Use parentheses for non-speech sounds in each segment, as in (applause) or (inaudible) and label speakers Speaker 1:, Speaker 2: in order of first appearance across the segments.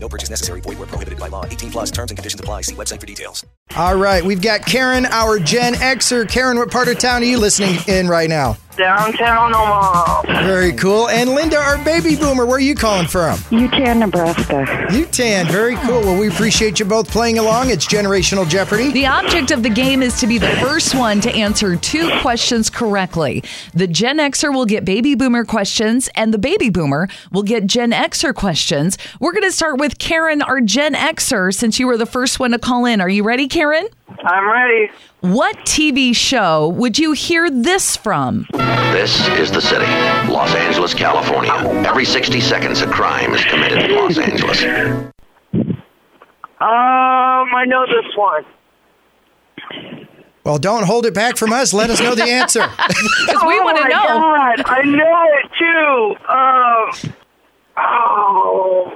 Speaker 1: No purchase necessary. Void where prohibited by law. 18 plus terms and conditions apply. See website for details.
Speaker 2: All right, we've got Karen, our Gen Xer. Karen, what part of town are you listening in right now?
Speaker 3: Downtown Omaha.
Speaker 2: Very cool. And Linda, our baby boomer, where are you calling from?
Speaker 4: Utah, Nebraska.
Speaker 2: UTAN. Very cool. Well, we appreciate you both playing along. It's Generational Jeopardy.
Speaker 5: The object of the game is to be the first one to answer two questions correctly. The Gen Xer will get baby boomer questions, and the baby boomer will get Gen Xer questions. We're going to start with Karen, our Gen Xer, since you were the first one to call in. Are you ready, Karen?
Speaker 3: I'm ready.
Speaker 5: What TV show would you hear this from?
Speaker 6: This is the city, Los Angeles, California. Every 60 seconds, a crime is committed in Los Angeles.
Speaker 3: Um, I know this one.
Speaker 2: Well, don't hold it back from us. Let us know the answer.
Speaker 5: (laughs) Because we
Speaker 3: oh
Speaker 5: want
Speaker 3: my
Speaker 5: to know.
Speaker 3: God, I know it too. Um, oh.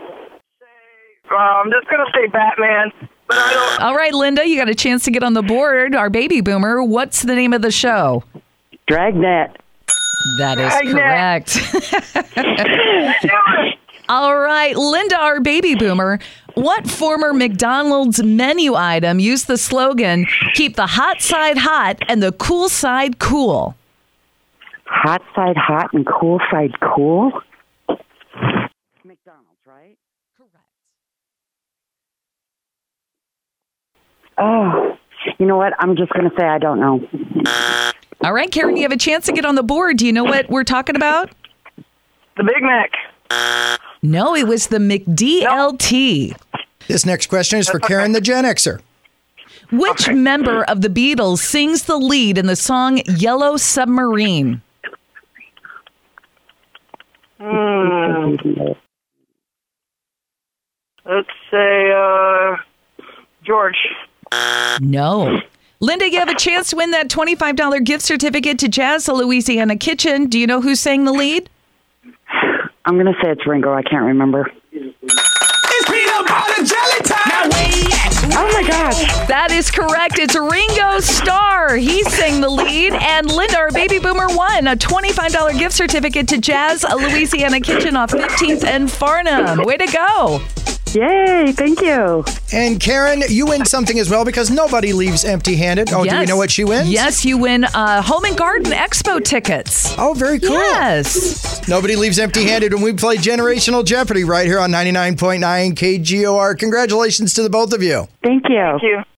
Speaker 3: Uh, I'm just gonna say Batman, but I don't.
Speaker 5: All right, Linda, you got a chance to get on the board. Our baby boomer. What's the name of the show?
Speaker 4: Dragnet.
Speaker 5: That is
Speaker 3: Dragnet.
Speaker 5: correct.
Speaker 3: Damn it.
Speaker 5: (laughs) All right, Linda, our baby boomer. What former McDonald's menu item used the slogan "Keep the hot side hot and the cool side cool"?
Speaker 4: Hot side hot and cool side cool. McDonald's, right? Correct. Oh, you know what? I'm just going to say I don't know.
Speaker 5: All right, Karen, you have a chance to get on the board. Do you know what we're talking about?
Speaker 3: The Big Mac.
Speaker 5: No, it was the McDLT.
Speaker 2: this next question is for Karen, the Gen Xer.
Speaker 5: Which member of the Beatles sings the lead in the song "Yellow Submarine"?
Speaker 3: Let's say uh, George.
Speaker 5: No. Linda, you have a chance to win that $25 gift certificate to Jazz the Louisiana Kitchen. Do you know who sang the lead?
Speaker 4: I'm going to say it's Ringo. I can't remember. Oh my gosh.
Speaker 5: That is correct. It's Ringo Starr. He sang the lead, and Linda, our baby boomer, won a $25 gift certificate to Jazz a Louisiana Kitchen off 15th and Farnham. Way to go.
Speaker 4: Yay. Thank you.
Speaker 2: And Karen, you win something as well because nobody leaves empty handed. Oh, do we
Speaker 5: Yes.
Speaker 2: know what she wins?
Speaker 5: Yes, you win uh, Home and Garden Expo tickets.
Speaker 2: Oh, very cool.
Speaker 5: Yes.
Speaker 2: Nobody leaves empty handed when we play Generational Jeopardy right here on 99.9 KGOR. Congratulations to the both of you.
Speaker 4: Thank you.
Speaker 3: Thank you.